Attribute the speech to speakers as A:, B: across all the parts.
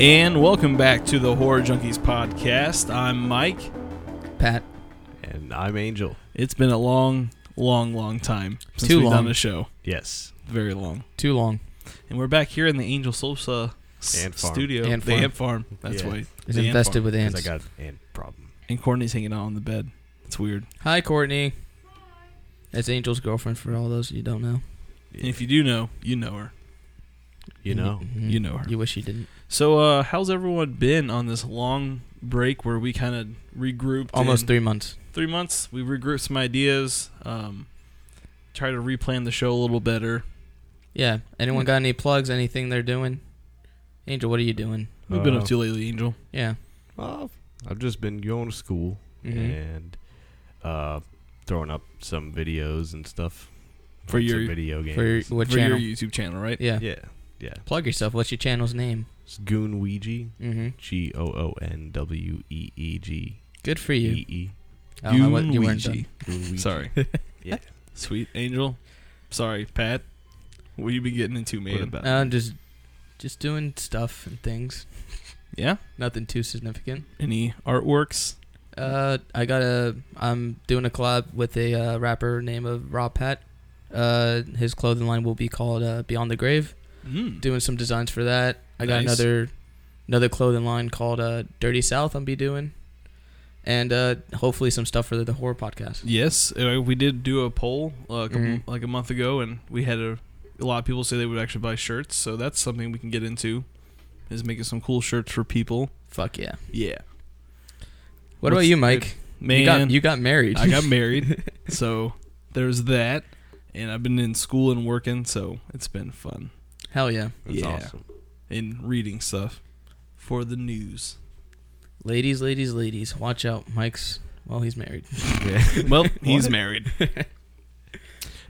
A: And welcome back to the Horror Junkies podcast. I'm Mike.
B: Pat.
C: And I'm Angel.
A: It's been a long, long, long time since
B: Too
A: we've done
B: long.
A: a show.
C: Yes.
A: Very long.
B: Too long.
A: And we're back here in the Angel Sosa s-
C: Ant farm.
A: studio.
B: Ant
A: the
B: farm.
A: ant farm. That's
C: Yeah.
A: why.
B: Is
A: the ant
B: infested
A: farm.
B: with
C: 'Cause
B: ants.
C: I got an problem.
A: And Courtney's hanging out on the bed. It's weird.
B: Hi, Courtney. That's Angel's girlfriend. For all those you don't know,
A: And if you do know, you know her.
C: you know,
B: Mhm.
A: You know her.
B: You wish you didn't.
A: So, uh, how's everyone been on this long break where we kind of regrouped?
B: Almost
A: and-
B: three months.
A: three months. We regrouped some ideas, um, try to replan the show a little better.
B: Yeah. Anyone got any plugs? Anything they're doing? Angel, what are you doing?
A: We've been up
C: Uh,
A: to lately, Angel.
B: Yeah.
C: well, I've just been going to school
B: hmm
C: and uh, throwing up some videos and stuff
A: For
C: on some
A: your-
C: video games.
B: For your, what
A: for
B: channel?
A: your YouTube channel, right?
B: yeah.
C: yeah, yeah.
B: Plug yourself. What's your channel's name?
C: It's Goon Ouija.
B: hmm
C: G O O N W E E G
B: Good for
C: E
B: you.
C: E.
B: Oh, I don't know what- you weren't
A: Goonwiji.
B: done.
C: Goon Ouija.
A: Sorry.
C: Yeah.
A: Sweet Angel. Sorry, Pat. What you been getting into, man?
C: What about?
B: Uh, just, just doing stuff and things.
A: yeah.
B: Nothing too significant.
A: Any artworks?
B: Uh, I got a. I'm doing a collab with a uh, rapper named of Rob Pat. Uh, his clothing line will be called uh, Beyond the Grave.
A: Mm.
B: Doing some designs for that. I got
A: Nice.
B: another another clothing line called uh, Dirty South. I'll be doing, and uh, hopefully some stuff for the, the horror podcast.
A: Yes, uh, we did do a poll uh, a couple-
B: Mhm.
A: like a month ago, and we had a, a lot of people say they would actually buy shirts. So that's something we can get into, is making some cool shirts for people.
B: Fuck yeah!
A: Yeah,
B: What
A: What's
B: about you,
A: good?
B: Mike?
A: man.
B: You got you got married.
A: I got married, so there's that. And I've been in school and working, so it's been fun.
B: Hell yeah,
C: That's
A: yeah.
C: awesome.
A: And reading stuff for the news.
B: ladies, ladies, ladies! Watch out, Mike's. Well, he's married.
C: Yeah.
A: Well, he's married.
C: and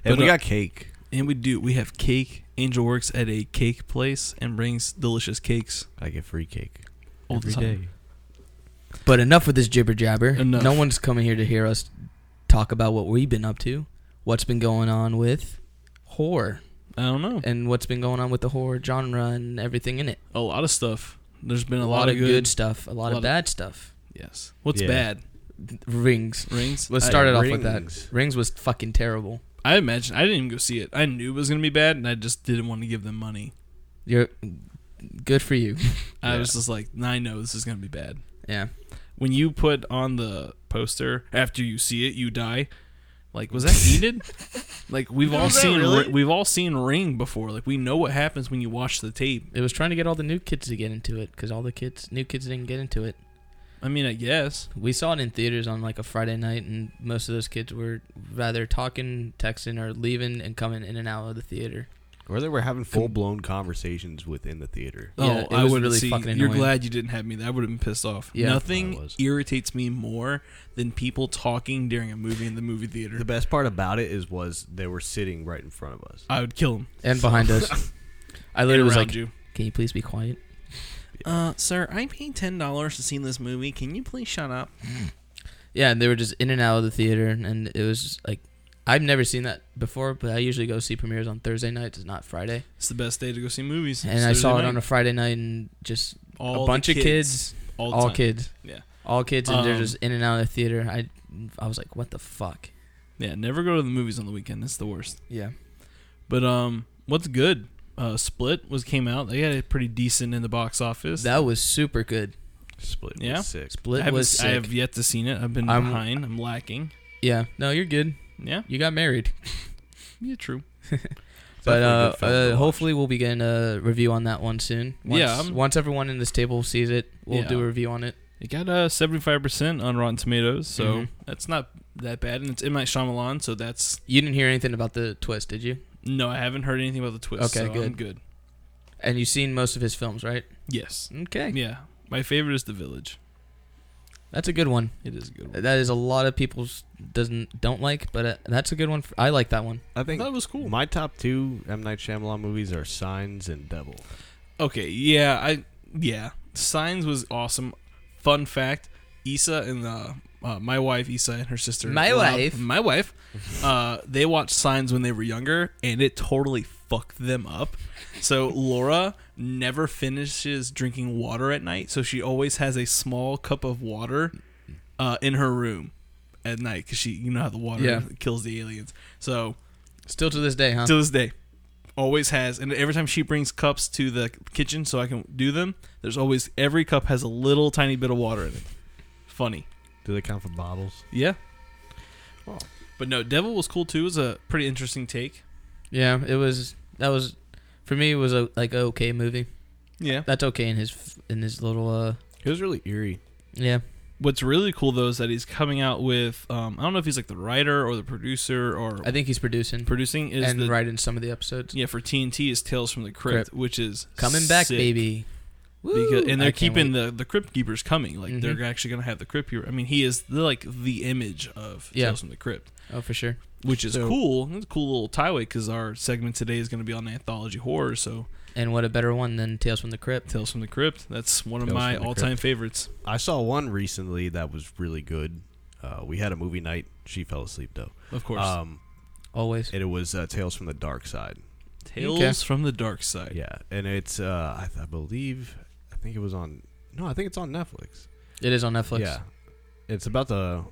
A: But,
C: we
A: uh,
C: got cake.
A: And we do. We have cake. Angel works at a cake place and brings delicious cakes
C: I get free cake
A: all
C: every
A: the time.
C: day.
B: But enough with this jibber jabber.
A: Enough.
B: No one's coming here to hear us talk about what we've been up to, what's been going on with horror,
A: I don't know.
B: and what's been going on with the horror genre and everything in it.
A: A lot of stuff. There's been a,
B: A
A: lot, of good,
B: stuff, a lot,
A: lot
B: of
A: of-
B: bad stuff.
A: Yes. What's
C: Yeah.
A: bad?
B: Rings.
A: Rings?
B: Let's
A: I-
B: start it off with that.
C: Rings.
B: Rings was fucking terrible.
A: I imagine. I didn't even go see it. I knew it was going to be bad, and I just didn't want to give them money.
B: You're good for you.
A: I
C: Yeah.
A: was just like, I know this is going to be bad.
B: Yeah.
A: when you put on the poster after you see it you die like was that needed like we've all
C: Was that
A: seen
C: really?
A: Ri- we've all seen ring before like we know what happens when you watch the tape
B: It was trying to get all the new kids to get into it because all the kids, new kids didn't get into it.
A: i mean i guess
B: We saw it in theaters on like a Friday night, and most of those kids were rather talking, texting, or leaving and coming in and out of the theater.
C: Or they were having full blown conversations within the theater.
B: Yeah, it
A: oh i
B: was
A: would
B: really
A: see,
B: fucking
A: you're
B: annoying.
A: glad you didn't have me i would have been pissed off
B: Yeah.
C: I
A: nothing
C: was.
A: irritates me more than people talking during a movie in the movie theater
C: The best part about it is was they were sitting right in front of us.
A: i would kill him
B: and behind us. I literally was like,
A: you
B: "Can you please be quiet?"
A: uh sir i paid ten dollars to see this movie can you please shut up
B: Yeah, and they were just in and out of the theater, and it was just like, I've never seen that before. But I usually go see premieres on Thursday nights, not Friday.
A: it's the best day to go see movies
B: And I saw it on a Friday night, and just
A: All
B: a
A: the
B: bunch of kids,
A: all,
B: all,
A: the time.
B: kids,
A: Yeah.
B: all kids, and they're
A: Um,
B: just in and out of the theater. I, I was like, "What the fuck?"
A: Yeah, never go to the movies on the weekend. It's the worst.
B: Yeah,
A: But um, what's good? Uh, Split was came out. They got it pretty decent in the box office.
B: that was super good.
C: Split was
A: Yeah.
C: sick.
A: I,
B: Split
A: haven't-
B: was sick.
A: I have yet to seen it. I've been
B: I'm-
A: behind. I'm lacking.
B: yeah, no, you're good.
A: Yeah,
B: You got married,
A: yeah, true.
B: but
C: Definitely a
B: uh,
C: good film to
B: uh
C: watch.
B: hopefully we'll be getting a review on that one soon. Once,
A: Yeah, I'm-
B: once everyone in this table sees it, we'll
A: Yeah.
B: do a review on it.
A: It got a seventy five percent on Rotten Tomatoes, so
B: Mhm.
A: that's not that bad. And it's in my Shyamalan, so that's
B: You didn't hear anything about the twist, did you?
A: no. I haven't heard anything about the twist.
B: Okay,
A: so
B: good.
A: I'm good.
B: And you've seen most of his films, right?
A: Yes.
B: Okay.
A: Yeah, my favorite is The Village.
B: That's a good one.
A: It is a good one.
B: That is a lot of people's doesn't don't like, but uh, that's a good one. For, I like that one.
C: I
A: I
C: think
A: thought it was cool.
C: my top two M Night Shyamalan movies are Signs and Devil.
A: Okay, yeah, I yeah. Signs was awesome. Fun fact: Issa and uh, uh, my wife, Issa and her sister,
B: My wife.
A: my wife, uh, they watched Signs when they were younger, and it totally fucked them up. So Laura never finishes drinking water at night, so she always has a small cup of water uh, in her room at night because she, you know, how the water
B: Yeah.
A: kills the aliens. So
B: Still to this day, huh?
A: to this day, always has, and every time she brings cups to the kitchen so I can do them, there's always every cup has a little tiny bit of water in it. Funny.
C: Do they count for bottles?
A: Yeah.
C: Wow.
A: But no, Devil was cool too. It was a pretty interesting take.
B: yeah, it was. That was for me. It was a like a okay movie.
A: Yeah.
B: That's okay in his f- in his little uh
C: It was really eerie.
B: yeah
A: What's really cool though is that he's coming out with um, I don't know if he's like the writer or the producer or
B: I think he's producing
A: producing is
B: and
A: the
B: writing some of the episodes.
A: yeah for TNT is Tales from the Crypt, which is
B: Coming back,
A: sick.
B: baby.
A: Because, and
B: Woo! I
A: they're
B: can't
A: keeping
B: wait.
A: the the Crypt Keepers coming. Like
B: Mhm.
C: Mm-hmm.
A: they're actually gonna have the Crypt Keeper. I mean, he is the, like the image of
B: Yeah.
A: Tales from the Crypt,
B: oh for sure.
A: which is
C: So-
A: cool. It's a cool little tieway because our segment today is gonna be on anthology horror. So
B: And what a better one than Tales from the Crypt.
A: Tales from the Crypt, that's one of
C: Tales
A: my
C: from the
A: all time favorites.
C: I saw one recently that was really good. Uh, we had a movie night. She fell asleep though.
A: Of course,
C: Um,
B: Always.
C: and it was uh, Tales from the Dark Side.
A: Tales
B: okay.
A: from the Dark Side.
C: Yeah, and it's uh, I, th- I believe I think it was on. No, I think it's on Netflix.
B: It is on Netflix.
C: Yeah, it's about the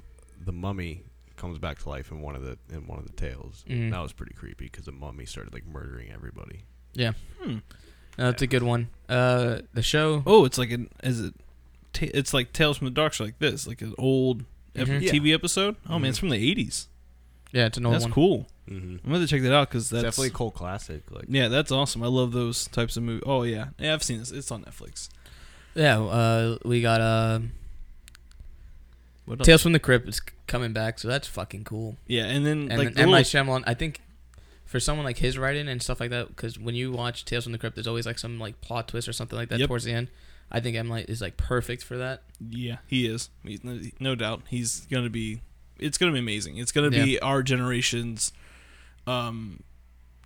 C: the mummy comes back to life in one of the in one of the tales.
B: Mm.
C: That was pretty creepy because the mummy started like murdering everybody.
A: Hmm.
B: No, that's a good one. Uh, the show.
A: Oh, it's like an is it? Ta- it's like Tales from the Dark Side, like this, like an old ep-
B: Mhm.
C: Yeah.
A: TV episode. Oh man,
C: Mhm.
A: it's from the eighties.
B: Yeah, it's an old
A: that's
B: one.
A: cool.
C: Mm-hmm.
A: I'm gonna check that out because that's
C: Definitely a cult classic. Like
A: yeah, that's awesome. I love those types of movies. Oh yeah, yeah, I've seen this. It's on Netflix.
B: Yeah, uh, we got uh,
A: What else?
B: Tales from the Crypt is c- coming back, so that's fucking cool.
A: yeah, and then
B: And
A: Mm, like
B: then
A: the
B: M Night
A: little-
B: Shyamalan, I think for someone like his writing and stuff like that, because when you watch Tales from the Crypt, there's always like some like plot twist or something like that
A: Yep.
B: towards the end. I think M Night is like perfect for that.
A: yeah, he is. He's no, no doubt. He's gonna be. It's gonna be amazing. It's gonna be our generation's, um,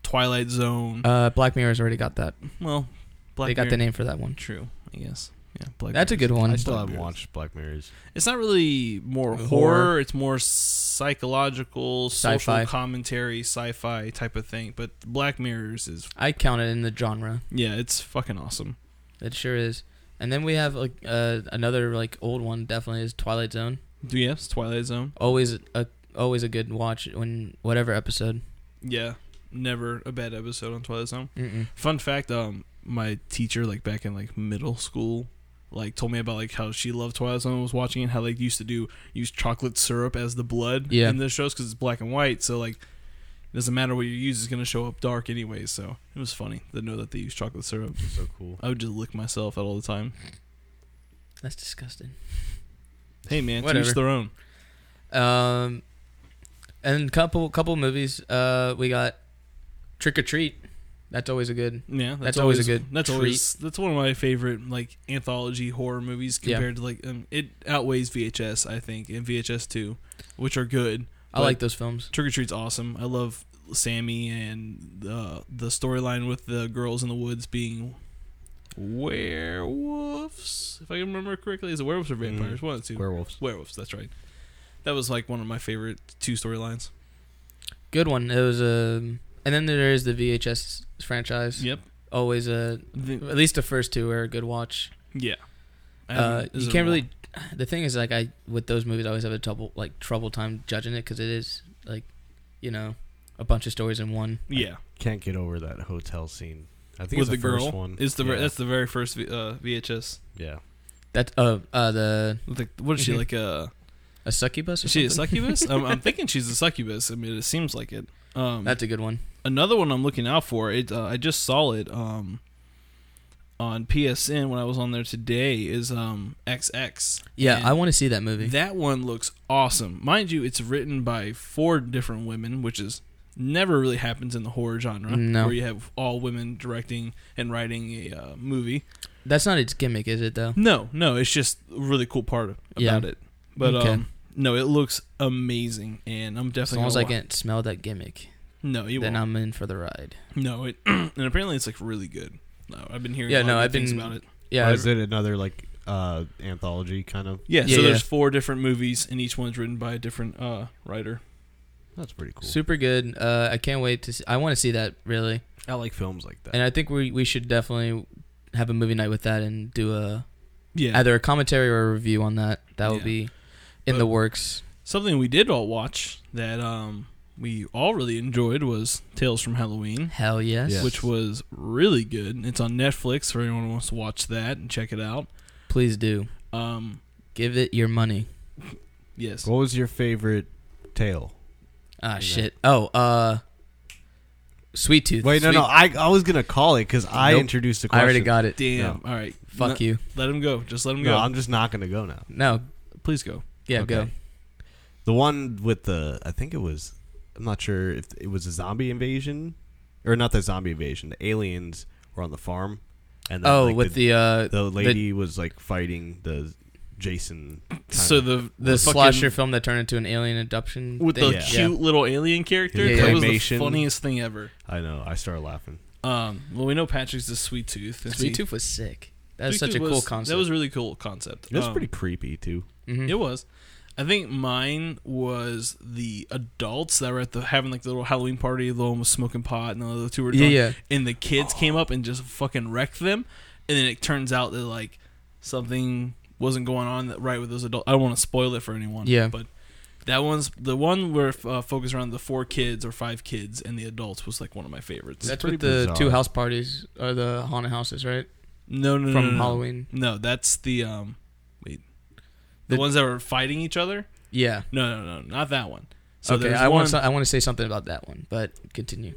A: Twilight Zone.
B: Uh, Black Mirror's already got that.
A: well, Mm. Black
B: they got
A: Mirror.
B: the name for that one.
A: True, I guess. Yeah, Black
B: That's a good one.
C: I still
A: Black
C: haven't
A: Mirrors.
C: watched Black Mirrors.
A: It's not really more
B: Horror.
A: horror. It's more psychological,
B: Sci-fi.
A: social commentary, sci-fi type of thing. But Black Mirrors is
B: I count it in the genre.
A: yeah, it's fucking awesome.
B: It sure is. And then we have like uh, another like old one. Definitely is Twilight Zone.
A: Do you have Twilight Zone?
B: Always a always a good watch when whatever episode.
A: Yeah, never a bad episode on Twilight Zone.
B: Mm-mm.
A: Fun fact: um, my teacher like back in like middle school. Like told me about like how she loved Twilight Zone was watching it how they used to do use chocolate syrup as the blood
B: Yeah.
A: in the shows because it's black and white so like it doesn't matter what you use it's gonna show up dark anyway so it was funny to know that they use chocolate syrup
C: So cool.
A: I would just lick myself at all the time.
B: That's disgusting.
A: Hey man, to
B: Whatever.
A: each their own.
B: Um, and couple couple movies. Uh, we got Trick or Treat. That's always a good.
A: Yeah,
B: That's always a good
A: That's always that's one of my favorite like anthology horror movies
B: Yeah.
A: compared to like um, it outweighs VHS I think and VHS two, which are good.
B: I
A: But
B: like those films.
A: Trick or Treat's awesome. I love Sammy and uh, the storyline with the girls in the woods being werewolves. If I can remember correctly, is it werewolves or
C: Mm.
A: vampires? One of the two.
C: Werewolves.
A: Werewolves. That's right. That was like one of my favorite two storylines.
B: Good one. It was a. and then there is the VHS franchise.
A: Yep.
B: Always a.
A: The-
B: At least the first two are a good watch.
A: Yeah.
B: Uh,
A: Is Um,
B: you
A: it
B: can't
A: a-
B: really. The thing is, like, I with those movies, I always have a trouble, like, trouble time judging it because it is like, you know, a bunch of stories in one.
A: Yeah,
C: Can't get over that hotel scene. I think
A: with the,
C: it's the,
A: girl.
C: first one.
A: It's the
C: yeah.
A: ver that's the very first v, uh, VHS.
C: yeah.
B: That uh uh the
A: Like, what is she
C: Mm-hmm.
B: Mhm.
A: like? A
B: a succubus. Or
A: is she a
B: something?
A: succubus? I'm, I'm thinking she's a succubus. I mean, it seems like it. Um,
B: That's a good one.
A: another one I'm looking out for. It uh, I just saw it um, on PSN when I was on there today. Is um, XX.
B: Yeah,
A: And
B: I want to see that movie.
A: That one looks awesome. Mind you, it's written by four different women, which is never really happens in the horror genre,
B: No.
A: where you have all women directing and writing a uh, movie.
B: That's not its gimmick, is it though?
A: No, no, it's just a really cool part of,
B: Yeah.
A: about it. But
B: Okay.
A: um, no, it looks amazing, and I'm
B: As
A: definitely
B: long as I
A: gonna wa-
B: can't smell that gimmick,
A: No, you
B: then
A: won't.
B: I'm in for the ride.
A: No, it and apparently it's like really good. No, I've been hearing
B: Yeah,
A: a lot
B: no,
A: of good
B: I've
A: things
B: been-
A: about it.
B: Yeah,
C: Or is it another like uh, anthology kind of?
A: Yeah,
B: Yeah,
A: so
B: yeah.
A: there's four different movies, and each one's written by a different uh, writer.
C: That's pretty cool.
B: super good. Uh, I can't wait to. See, I want to see that really,
C: I like films like that.
B: and I think we we should definitely have a movie night with that and do a
A: Yeah.
B: either a commentary or a review on that. That will
A: Yeah.
B: be in
A: But-
B: the works.
A: Something we did all watch that um we all really enjoyed was Tales from Halloween,
B: Hell yes.
C: Yes.
A: which was really good. It's on Netflix for anyone who wants to watch that and check it out.
B: Please do
A: Um
B: give it your money.
A: yes.
C: What was your favorite tale?
B: Ah
C: Okay.
B: shit. Oh, uh, Sweet Tooth.
C: Wait, no,
B: Sweet-
C: no. I, I was gonna call it because I
B: Nope.
C: introduced the
B: I
C: question.
B: already got it.
A: Damn. All right.
B: Fuck you.
A: Let him go. Just let him
C: No,
A: go.
C: I'm just not gonna go now.
B: No.
A: Please go.
B: Yeah. Go.
C: Okay. The one with the I think it was I'm not sure if it was a zombie invasion or not the zombie invasion. The aliens were on the farm, and then,
B: Oh,
C: like,
B: with the, uh,
C: the lady was like fighting the Jason.
A: So the
B: the,
A: fucking-
B: slasher film that turned into an alien adoption
A: with the
B: thing.
C: Yeah.
A: cute little alien character.
B: Yeah,
A: That
B: yeah.
A: was the
C: Claymation.
A: funniest thing ever.
C: I know. I started laughing.
A: Um, well, we know Patrick's the sweet tooth. and
B: Sweet
A: see-
B: Tooth was sick. That
A: Sweet
B: was such
A: Tooth
B: a cool
A: was-
B: concept.
A: That was a really cool concept.
C: It was
A: Um,
C: pretty creepy too.
B: Mhm.
A: It was. I think mine was the adults that were at the having like the little Halloween party. The one was smoking pot, and the other two were
B: yeah,
A: drunk.
B: yeah.
A: And the kids came up and just fucking wrecked them. And then it turns out that like something wasn't going on that right with those adults. I don't want to spoil it for anyone.
B: Yeah.
A: but that one's the one where uh, focused around the four kids or five kids and the adults was like one of my favorites.
B: That's
C: pretty
B: with the
C: bizarre.
B: two house parties or the haunted houses, right?
A: no, no, no,
B: From
A: no, no.
B: Halloween.
A: No, that's the um, wait, the,
B: The-
A: ones that were fighting each other.
B: Yeah.
A: No, no, no, not that one. So
B: okay,
A: there's
B: I
A: one,
B: want I want to say something about that one, but continue.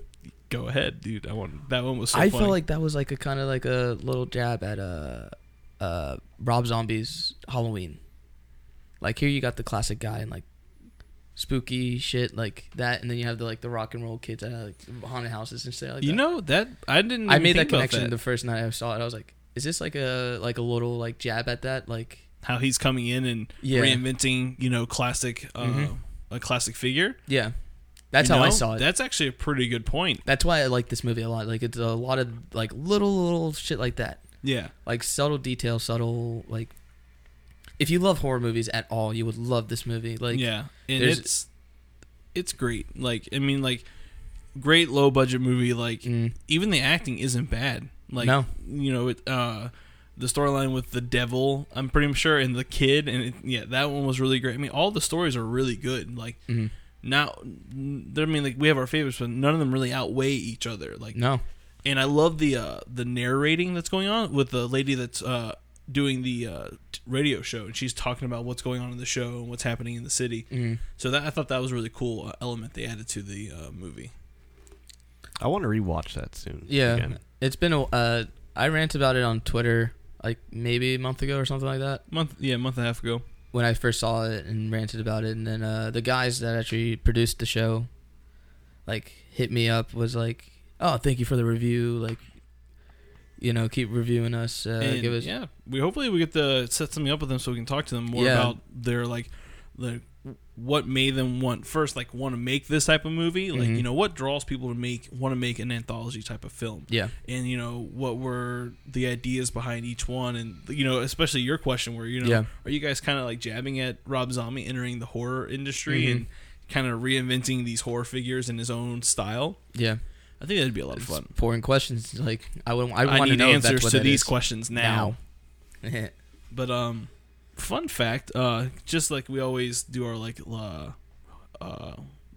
A: go ahead, dude. I want that one was. So
B: I
A: funny.
B: felt like that was like a kind of like a little jab at uh, uh, Rob Zombie's Halloween. Like here, you got the classic guy and like spooky shit like that, and then you have the like the rock and roll kids at like the haunted houses and stuff like
A: you
B: that.
A: know that I didn't.
B: I
A: even
B: made that
A: think about
B: connection the first night I saw it. I was like, is this like a like a little like jab at that? Like
A: How he's coming in and
B: Yeah.
A: reinventing, you know, classic, uh,
B: Mhm.
A: a classic figure.
B: yeah, that's
A: You
B: how I
A: know,
B: saw it.
A: That's actually a pretty good point.
B: that's why I like this movie a lot. Like it's a lot of like little little shit like that.
A: Yeah,
B: like subtle detail, subtle like. If you love horror movies at all, you would love this movie. Like,
A: yeah, and
B: there's-
A: it's it's great. Like I mean, like great low budget movie. Like
B: mm,
A: even the acting isn't bad. Like
B: No.
A: you know, it, uh, the storyline with the devil, I'm pretty sure, and the kid, and it, yeah, that one was really great. I mean, all the stories are really good. Like
B: mhm.
A: now, I mean, like we have our favorites, but none of them really outweigh each other. Like,
B: no,
A: and I love the uh, the narrating that's going on with the lady that's uh, doing the uh, t- radio show, and she's talking about what's going on in the show and what's happening in the city.
B: mm.
A: So that I thought that was a really cool uh, element they added to the uh, movie.
C: I want to rewatch that soon.
B: yeah,
C: again.
B: it's been a. Uh, I rant about it on Twitter like maybe a month ago or something like that
A: Month, yeah, month and a half ago.
B: when I first saw it and ranted about it, and then uh, the guys that actually produced the show, like, hit me up was like, "Oh, thank you for the review. Like, you know, keep reviewing us. Uh,
A: And,
B: give us
A: yeah, we hopefully we get to set something up with them so we can talk to them more
B: Yeah.
A: about their like, like what made them want first like want to make this type of movie, like
B: Mhm.
A: you know what draws people to make want to make an anthology type of film,
B: yeah,
A: and you know what were the ideas behind each one, and you know especially your question where you know
B: Yeah.
A: are you guys kind of like jabbing at Rob Zombie entering the horror industry
B: Mhm.
A: and kind of reinventing these horror figures in his own style.
B: yeah."
A: I think that'd be a lot of
B: It's
A: fun.
B: pouring questions. Like, I would, I
A: I,
B: want to
A: need
B: know if
A: answers
B: that's what
A: to
B: it
A: these
B: is.
A: questions now. But um, fun fact, uh, just like we always do our like uh, uh,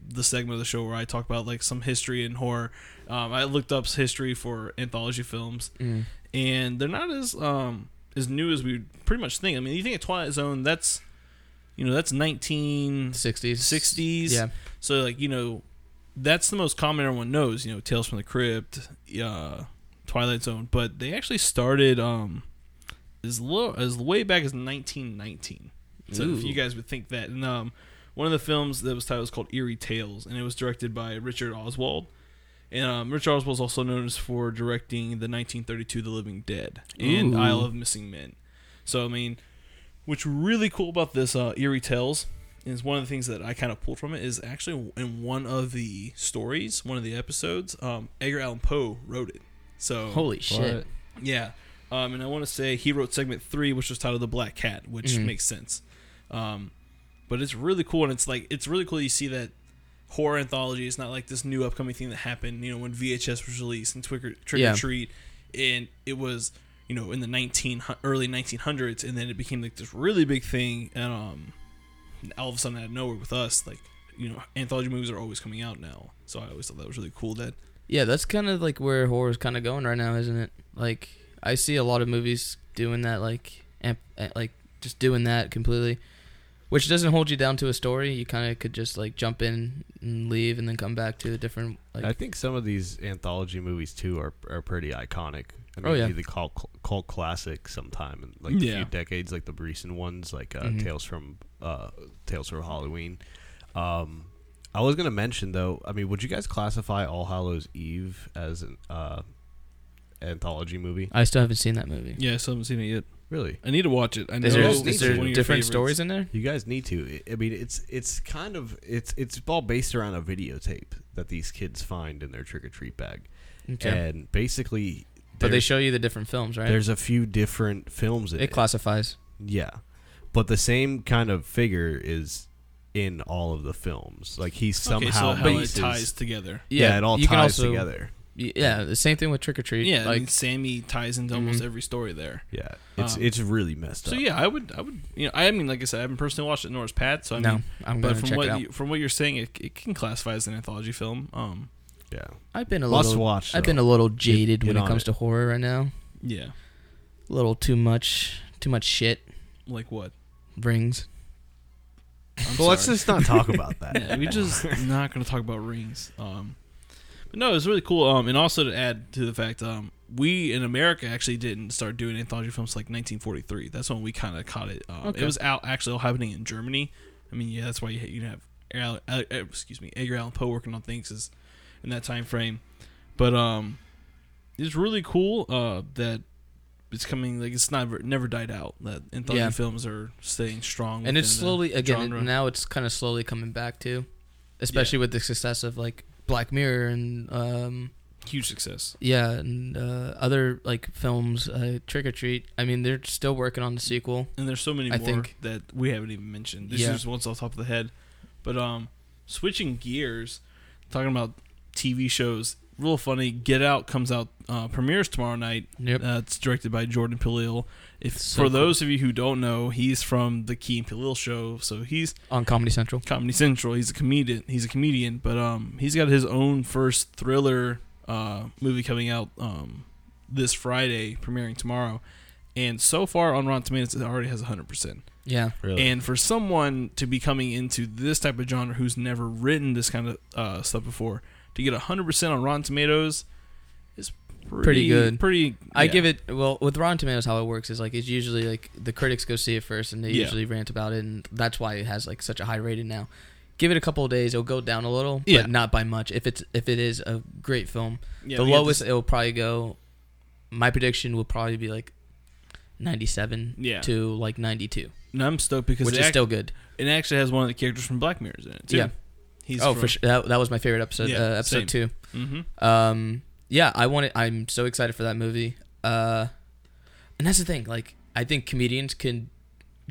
A: the segment of the show where I talk about like some history and horror. Um, I looked up history for anthology films,
B: Mm.
A: and they're not as um as new as we pretty much think. I mean, you think of Twilight Zone, that's you know that's nineteen
B: 60s.
A: sixties.
B: Yeah.
A: So like you know, that's the most common everyone knows. You know, Tales from the Crypt, uh, Twilight Zone. But they actually started um as low as way back as 1919. So if
B: Ooh.
A: you guys would think that, and um, one of the films that was titled was called Eerie Tales, and it was directed by Richard Oswald. And um, Richard Oswald is also known as for directing the 1932 The Living Dead and
B: Ooh.
A: Isle of Missing Men. So I mean, what's really cool about this uh, Eerie Tales is one of the things that I kind of pulled from it is actually in one of the stories, one of the episodes, um, Edgar Allan Poe wrote it. So
B: Holy shit.
A: yeah. Um, and I want to say he wrote segment three, which was titled "The Black Cat," which
B: Mhm.
A: makes sense. Um, but it's really cool, and it's like it's really cool. You see that horror anthology is not like this new upcoming thing that happened. You know, when VHS was released and Twicker, Trick
B: Yeah.
A: or Treat, and it was you know, in the 19 hu- early 1900s, and then it became like this really big thing, and um, all of a sudden out of nowhere with us, like you know, anthology movies are always coming out now. So I always thought that was really cool that
B: Yeah, that's kind of like where horror is kind of going right now, isn't it? Like I see a lot of movies doing that, like amp, eh, like just doing that completely, which doesn't hold you down to a story. You kind of could just like jump in and leave, and then come back to a different like.
C: I think some of these anthology movies too are are pretty iconic. I
B: Oh,
C: mean,
B: yeah.
C: they call call classic sometime in like the
A: Yeah.
C: few decades, like the recent ones, like uh,
B: Mhm.
C: Tales from uh, Tales from Halloween. Um, I was gonna mention though. I mean, would you guys classify All Hallows Eve as an uh, anthology movie?
B: I still haven't seen that movie.
A: yeah, I still haven't seen it yet.
C: Really?
A: I need to watch it. I know
B: Is there,
C: No,
A: it's-
B: is
A: it's
B: there
A: one of your
B: different
A: favorites.
B: stories in there?
C: You guys need to. I I mean, it's it's kind of it's it's all based around a videotape that these kids find in their trick or treat bag,
B: Okay.
C: and basically.
B: but they
C: there's-
B: show you the different films, right?
C: There's a few different films in
B: It
C: it.
B: classifies.
C: yeah. But the same kind of figure is in all of the films. Like he
A: Okay,
C: somehow
A: so how it
C: bases-
A: ties together.
C: Yeah, it all
B: you can
C: ties
B: also-
C: together.
B: y- Yeah, the same thing with Trick or Treat.
A: Yeah, I mean,
B: like
A: Sammy ties into almost
B: Mhm.
A: every story there.
C: Yeah. It's
A: Um,
C: it's really messed
A: So
C: up.
A: yeah, I would, I would, you know, I mean, like I said, I haven't personally watched it nor has Pat. So I
B: no,
A: mean,
B: I'm
A: but
B: gonna
A: from
B: check it
A: what
B: out.
A: you, from what you're saying, it, it can classify as an anthology film. Um,
C: yeah.
B: I've been a
C: Must
B: little,
C: watch.
B: I've been
C: though.
B: a little jaded
C: get
B: when it
C: on
B: comes
C: it.
B: to horror right now.
A: yeah,
B: A little too much, too much shit
A: like what?
B: rings.
A: I'm
C: Well, let's
A: sorry.
C: just not talk about that.
A: yeah, we just not going to talk about rings. Um, but no, it was really cool. Um, and also to add to the fact, um, we in America actually didn't start doing anthology films till, like 1943. That's when we kind of caught it. Um,
B: Okay.
A: It was out actually all happening in Germany. I mean, yeah, that's why you you have Al- Al- eh, excuse me Edgar Allan Poe working on things is in that time frame. But um, it's really cool uh, that it's coming like it's not never died out. That anthology
B: Yeah.
A: films are staying strong
B: And it's
A: within the
B: slowly again it-
A: genre.
B: now it's kind of slowly coming back too, especially with the success of like Black Mirror and um
A: huge success.
B: yeah and uh, other like films uh, Trick or Treat. I mean they're still working on the sequel.
A: and there's so many
B: I
A: more
B: think-
A: that we haven't even mentioned. This
B: Yeah.
A: is one's off the top of the head, but um, switching gears, talking about TV shows. Real funny. Get Out comes out uh, premieres tomorrow night.
B: Yep.
A: Uh, it's directed by Jordan Peele. If
B: So
A: for
B: cool.
A: those of you who don't know, he's from the Key and Peele show, so he's
B: on Comedy Central.
A: Comedy Central. He's a comedian. He's a comedian, but um, he's got his own first thriller uh, movie coming out um, this Friday, premiering tomorrow. And so far on Rotten Tomatoes, it already has 100%.
B: Yeah.
C: really.
A: And for someone to be coming into this type of genre who's never written this kind of uh, stuff before, to get 100% on Rotten Tomatoes is pretty,
B: good.
A: Pretty.
B: I give it well with Rotten Tomatoes. How it works is like it's usually like the critics go see it first, and they
A: Yeah.
B: usually rant about it, and that's why it has like such a high rating now. Give it a couple of days; it'll go down a little,
A: Yeah.
B: but not by much. If it's if it is a great film,
A: yeah,
B: the
A: we had
B: lowest
A: this-
B: it'll probably go. My prediction will probably be like ninety-seven
A: Yeah.
B: to like ninety-two,
A: and I'm stoked because
B: which
A: it,
B: is
A: act-
B: still good.
A: it actually has one of the characters from Black Mirrors in it, too.
B: Yeah.
A: He's
B: oh,
A: from,
B: for sure. That, that was my favorite episode.
A: Yeah,
B: uh, episode two.
A: Mm-hmm.
B: Um, yeah, I want it. I'm so excited for that movie. Uh, and that's the thing. Like, I think comedians can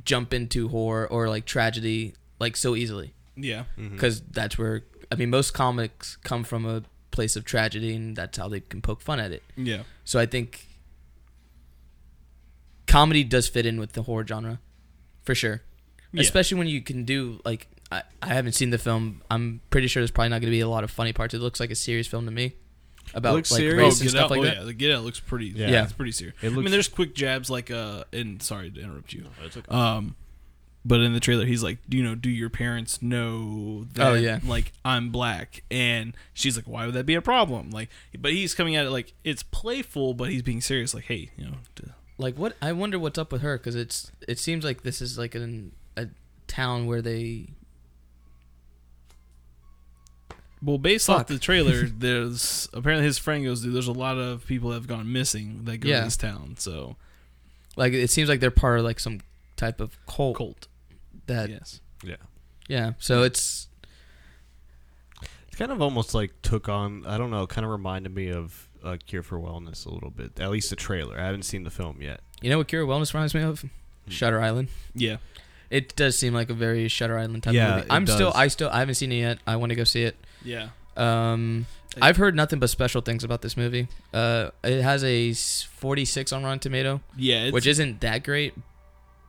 B: jump into horror or like tragedy like so easily
A: Yeah.
C: Mhm.
B: because that's where I mean most comics come from a place of tragedy and that's how they can poke fun at it.
A: Yeah.
B: So I think comedy does fit in with the horror genre for sure.
A: Yeah.
B: Especially when you can do like I, I haven't seen the film. I'm pretty sure there's probably not going to be a lot of funny parts. It looks like a serious film to me about
C: looks
B: like
C: serious.
B: race
A: oh,
B: and
A: get
B: stuff
A: out.
B: like
A: oh,
B: that.
A: yeah, the get out looks pretty. Yeah,
C: Yeah.
B: Yeah.
A: it's pretty serious.
C: It
A: I mean,
C: looks-
A: there's quick jabs like uh, and sorry to interrupt you. Um, but in the trailer, he's like, you know, do your parents know that?
B: Oh, yeah.
A: like I'm black, and she's like, why would that be a problem? Like, but he's coming at it like it's playful, but he's being serious. Like, hey, you know, d-
B: Like what? I wonder what's up with her because it's it seems like this is like an a town where they
A: well, based off
B: Fuck.
A: the trailer, there's apparently his friend goes, dude, there's a lot of people that have gone missing that go
B: Yeah.
A: to this town, so
B: like it seems like they're part of like some type of cult,
A: cult.
B: that yeah.
A: yes,
C: yeah.
B: So it's
C: It's kind of almost like took on. I don't know. Kind of reminded me of uh, Cure for Wellness a little bit. At least the trailer. I haven't seen the film yet.
B: you know what Cure Wellness reminds me of Shutter Island.
A: yeah,
B: It does seem like a very Shutter Island type
C: Yeah,
B: of movie.
C: it
B: I'm still,
C: does.
B: I still, I haven't seen it yet. I want to go see it.
A: yeah.
B: Um, I've heard nothing but special things about this movie. Uh, it has a s- 46 on Rotten Tomato,
A: yeah, it's,
B: which isn't that great.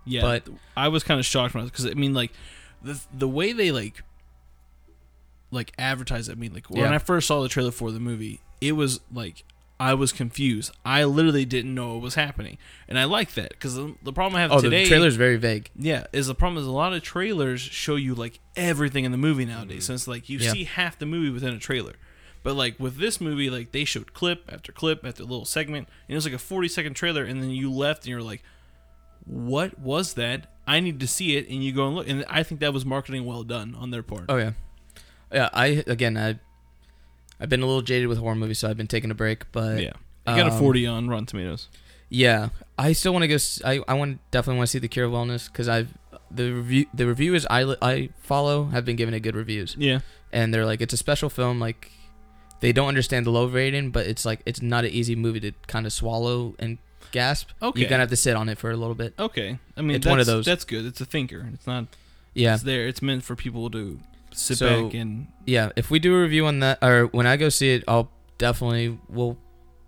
A: yeah.
B: but-
A: I was kind of shocked when because I mean, like the the way they like like advertise. it, I mean, like when
B: Yeah.
A: I first saw the trailer for the movie, it was like I was confused. I literally didn't know what was happening, and I like that because the, the problem I have
B: Oh,
A: today
B: the trailer's very vague.
A: Yeah, is the problem is a lot of trailers show you like everything in the movie nowadays. So it's like you
B: Mm-hmm. Yeah.
A: see half the movie within a trailer. But like with this movie, like they showed clip after clip after little segment, and it was like a forty second trailer, and then you left and you're like, What was that? I need to see it and you go and look and I think that was marketing well done on their part.
B: Oh yeah, yeah. I again, I I've been a little jaded with horror movies, so I've been taking a break. But
A: yeah. I got a
B: um,
A: forty on Rotten Tomatoes.
B: Yeah, I still want to go. s- I, I want definitely want to see the Cure of Wellness because I've the review the reviewers I li- I follow have been giving it good reviews,
A: Yeah.
B: and they're like it's a special film. Like they don't understand the low rating, but it's like it's not an easy movie to kind of swallow and gasp.
A: Okay.
B: You're gonna have to sit on it for a little bit.
A: Okay. I mean
B: It's
A: that's,
B: one of those.
A: that's good. It's a thinker. It's not
B: Yeah,
A: it's there. It's meant for people to sit
B: So-
A: back and
B: yeah. If we do a review on that, or when I go see it, I'll definitely we'll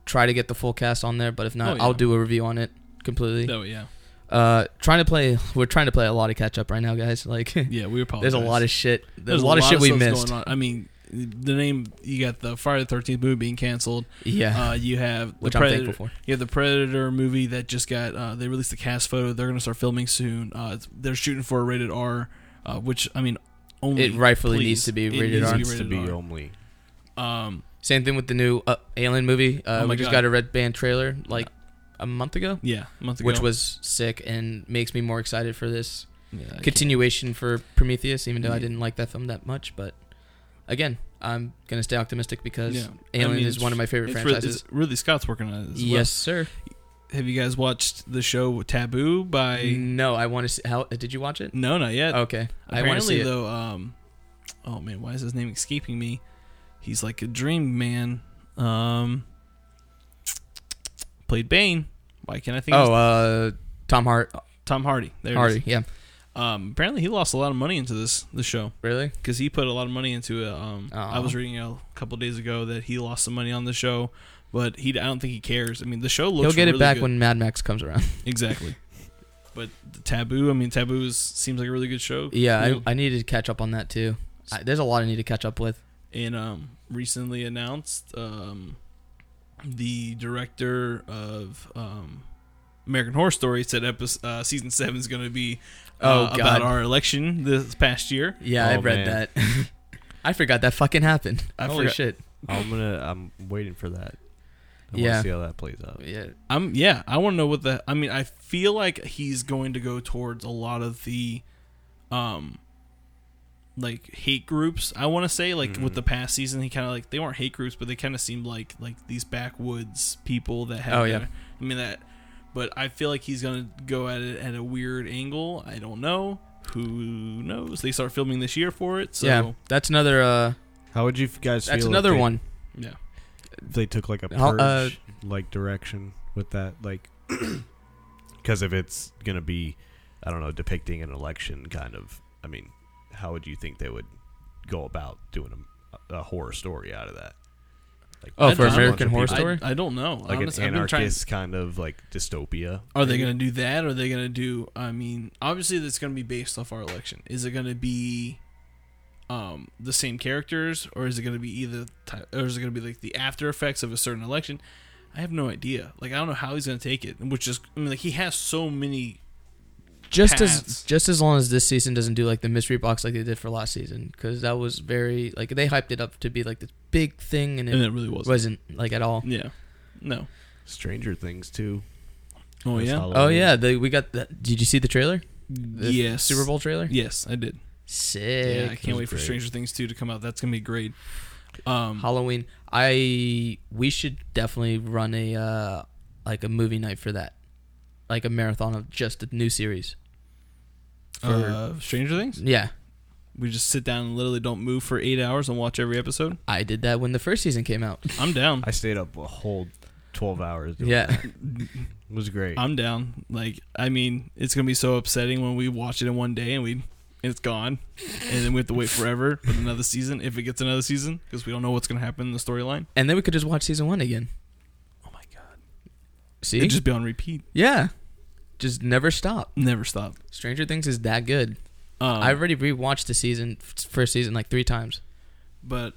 B: try to get the full cast on there. But if not,
A: Oh, yeah.
B: I'll do a review on it completely.
A: Oh yeah.
B: Uh, trying to play. We're trying to play a lot of catch up right now, guys. Like.
A: Yeah, Oh, we apologize.
B: There's a lot of shit. There's, a lot, of shit we
A: stuff's
B: missed.
A: Going on. I mean, the name you got the Friday the Thirteenth movie being canceled.
B: Yeah,
A: Uh, you have the
B: which I'm
A: Predator.
B: thankful for.
A: You have the Predator movie that just got. Uh, they released the cast photo. They're gonna start filming soon. Uh, it's- they're shooting for a rated R, uh, which I mean, only
B: It rightfully needs to be
A: It
B: rated
A: needs
B: R.
A: to be
C: Needs to
A: rated R.
C: be only.
A: Um,
B: Same thing with the new uh, Alien movie.
A: Oh
B: Uh,
A: my
B: we just
A: God.
B: got a Red Band trailer like a month ago,
A: yeah, a month ago.
B: which was sick and makes me more excited for this
A: yeah, I can't-
B: continuation for Prometheus. Even though I
A: Yeah.
B: didn't like that film that much, but again, I'm gonna stay optimistic because
A: Yeah. I
B: Alien
A: mean,
B: is
A: it's-
B: one of my favorite
A: It's really,
B: franchises.
A: it's- Ridley Scott's working on it. As
B: yes, sir.
A: Well. Have you guys watched the show Taboo by?
B: no, I want to. see How did you watch it?
A: No, not yet.
B: Okay, I want to
A: Apparently,
B: see it.
A: though, um, oh man, why is his name escaping me? He's like a dream man. Um, played Bane. Why can't I think?
B: Oh,
A: Oh,
B: uh, Tom Hart,
A: Tom Hardy. There it is.
B: Hardy. Yeah,
A: Um, apparently he lost a lot of money into this the show
B: really?
A: because he put a lot of money into it. Um, I
B: Aw.
A: was reading a couple days ago that he lost some money on the show, but he I don't think he cares. I mean, the show
B: He'll
A: looks.
B: get
A: really
B: it back
A: good.
B: when Mad Max comes around.
A: exactly. But the Taboo, I mean, Taboo is, seems like a really good show.
B: Yeah,
A: Cool.
B: I, I need to catch up on that too. I, there's a lot I need to catch up with.
A: and um, recently announced um, the director of um, American Horror Story said episode, uh, season seven is going to be
B: Oh,
A: uh,
B: God.
A: about our election this past year.
B: Yeah, I
C: Oh,
B: read
C: man.
B: that. I forgot that fucking happened.
A: I
B: Holy
A: forgot-
B: shit.
C: I'm gonna. I'm waiting for that. I
B: Yeah.
C: want to see how that plays out.
B: Yeah.
A: I'm Oh, yeah, I want to know what the. I mean, I feel like he's going to go towards a lot of the, um, like hate groups. I want to say like with
B: Mm-hmm.
A: the past season, he kind of like they weren't hate groups, but they kind of seemed like like these backwoods people that have.
B: Oh, yeah.
A: their- I mean that, but I feel like he's gonna go at it at a weird angle. I don't know. Who knows? They start filming this year for it, so
B: yeah. That's another uh
C: How would you guys feel?
B: that's
C: if
B: another
C: they-
B: one.
A: yeah.
C: if they took like a
B: How-
C: purge
B: uh,
C: like direction with that, like because if it's gonna be, I don't know, depicting an election kind of. I mean, how would you think they would go about doing a, a horror story out of that? Like,
B: Oh,
C: just
A: for
C: a bunch
B: American
C: of
B: Horror
C: people-
A: I-
B: Story?
A: I, don't know.
C: like
A: Honestly,
C: an
A: I've been trying-
C: anarchist kind of like dystopia.
A: Are they
C: maybe?
A: going to do that? Are they going to do? I mean, obviously, that's going to be based off our election. Is it going to be, um, the same characters, or is it going to be either, ty- or is it going to be like the after effects of a certain election? I have no idea. Like, I don't know how he's going to take it. Which is, I mean, like he has so many.
B: Just as
A: Paths.
B: just as long as this season doesn't do like the mystery box like they did for last season cuz that was very like they hyped it up to be like this big thing and it
A: And it really wasn't.
B: wasn't like at all.
A: Yeah. No.
C: Stranger Things too.
A: Oh
C: That's
A: yeah.
C: Halloween.
B: Oh yeah, they, we got that. Did you see the trailer? The
A: Yes.
B: Super Bowl trailer?
A: Yes, I did. Yeah, I
B: Sick.
A: can't
C: was
A: wait for
C: great.
A: Stranger Things two to come out. That's going to be great. Um.
B: Halloween. I we should definitely run a uh, like a movie night for that, like a marathon of just the new series.
A: uh, Stranger Things.
B: Yeah,
A: We just sit down and literally don't move for eight hours and watch every episode.
B: I did that when the first season came out.
A: I'm down.
C: I stayed up a whole twelve hours. Doing
B: yeah,
C: that. it was great.
A: I'm down. Like, I mean, it's gonna be so upsetting when we watch it in one day and we and it's gone, and then we have to wait forever for another season if it gets another season because we don't know what's gonna happen in the storyline.
B: and then we could just watch season one again.
A: Oh my god!
B: See,
A: It'd just be on repeat,
B: yeah, just never stop.
A: never stop.
B: Stranger Things is that good.
A: Um,
B: I already rewatched the season f- first season like three times.
A: but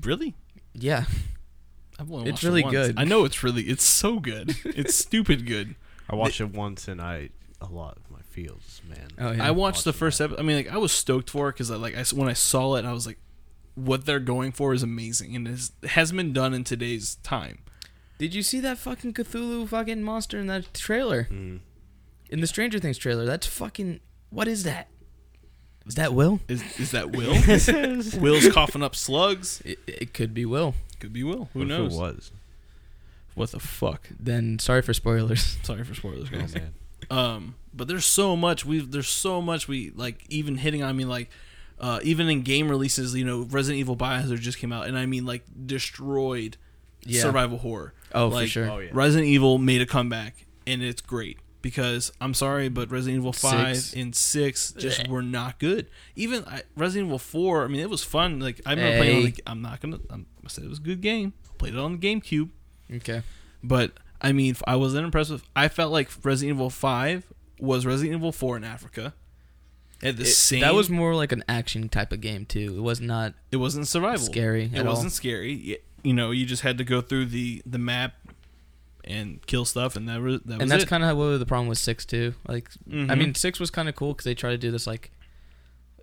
A: really,
B: Yeah,
A: I've only
B: It's
A: watched it
B: really
A: once.
B: good.
A: I know it's really, it's so good. It's stupid good.
C: I watched it once and I a lot of my feels, man.
B: oh yeah.
A: I watched the
C: Watching
A: first episode. I mean, like I was stoked for it because I like I s- when I saw it, I was like, what they're going for is amazing, and it's- it hasn't been done in today's time.
B: Did you see that fucking Cthulhu fucking monster in that trailer?
C: Mm.
B: In the Stranger Things trailer, that's fucking what is that? Is that Will?
A: Is is that Will? Will's coughing up slugs.
B: It, it could be Will.
A: Could be Will. Who
C: What if
A: knows?
C: It was.
A: What the fuck?
B: Then sorry for spoilers.
A: Sorry for spoilers,
C: Oh,
A: guys.
C: man.
A: um, but there's so much we have there's so much we like even hitting on. I mean, like uh, even in game releases, you know, Resident Evil Biohazard just came out, and I mean like destroyed
B: Yeah.
A: survival horror.
B: Oh,
A: like,
B: for sure.
C: Oh yeah.
A: Resident Evil made a comeback, and it's great because I'm sorry, but Resident Evil Five
B: Six.
A: and Six just were not good. Even I, Resident Evil Four, I mean, it was fun. Like I remember playing. it
B: Hey.
A: On the, I'm not gonna. I'm, I said it was a good game. Played it on the GameCube,
B: Okay.
A: but I mean, I wasn't impressed with. I felt like Resident Evil Five was Resident Evil Four in Africa. At the
B: It-
A: same,
B: That was more like an action type of game too. It was not
A: it wasn't survival
B: scary
A: It
B: at all.
A: wasn't scary. Y- You know, you just had to go through the the map and kill stuff, and that was that was
B: and that's
A: it.
B: kind of what the problem with six too. Like, I
A: Mhm.
B: mean, six was kind of cool because they tried to do this like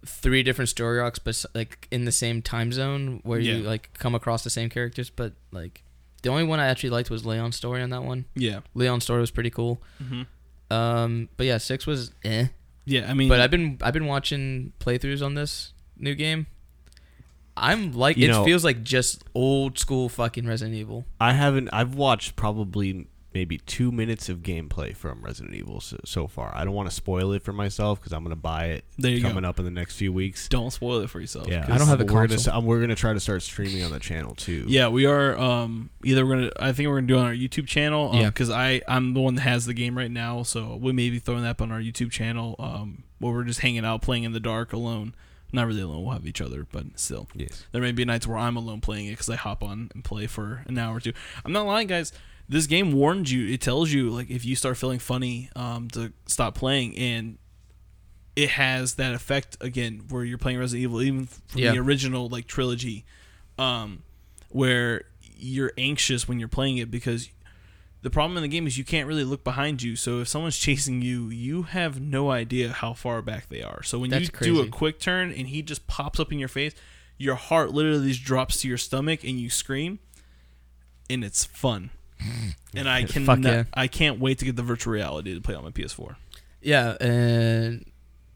B: three different story arcs, but s- like in the same time zone where you
A: Yeah.
B: like come across the same characters. But like, the only one I actually liked was Leon's story on that one.
A: yeah.
B: Leon's story was pretty cool.
A: Mm-hmm.
B: Um, but yeah, six was eh.
A: Yeah, I mean,
B: But I've been I've been watching playthroughs on this new game. I'm like
C: You
B: it
C: know-
B: feels like just old school fucking Resident Evil.
C: I haven't. I've watched probably maybe two minutes of gameplay from Resident Evil so, so far. I don't want to spoil it for myself because I'm gonna buy it
A: There you go.
C: coming up in the next few weeks.
A: don't spoil it for yourself.
C: yeah,
A: 'cause-
B: I don't have a
C: we're gonna,
B: console.
C: s- um, we're gonna try to start streaming on the channel too.
A: yeah, we are. Um, either we're gonna, I think we're gonna do it on our YouTube channel. Um
B: Yeah.
A: Because I, I'm the one that has the game right now, so we may be throwing that up on our YouTube channel. Um, where we're just hanging out, playing in the dark alone. Not really alone. We'll have each other, but still,
C: Yes.
A: there may be nights where I'm alone playing it because I hop on and play for an hour or two. I'm not lying, guys. This game warns you. It tells you like if you start feeling funny, um, to stop playing, and it has that effect again where you're playing Resident Evil, even from
B: Yeah.
A: the original like trilogy, um, where you're anxious when you're playing it because the problem in the game is you can't really look behind you. So if someone's chasing you, you have no idea how far back they are. So when
B: That's
A: you do a
B: crazy.
A: quick turn and he just pops up in your face, your heart literally just drops to your stomach and you scream, and it's fun. and I can
B: Fuck yeah.
A: I can't wait to get the virtual reality to play on my PS4.
B: Yeah, and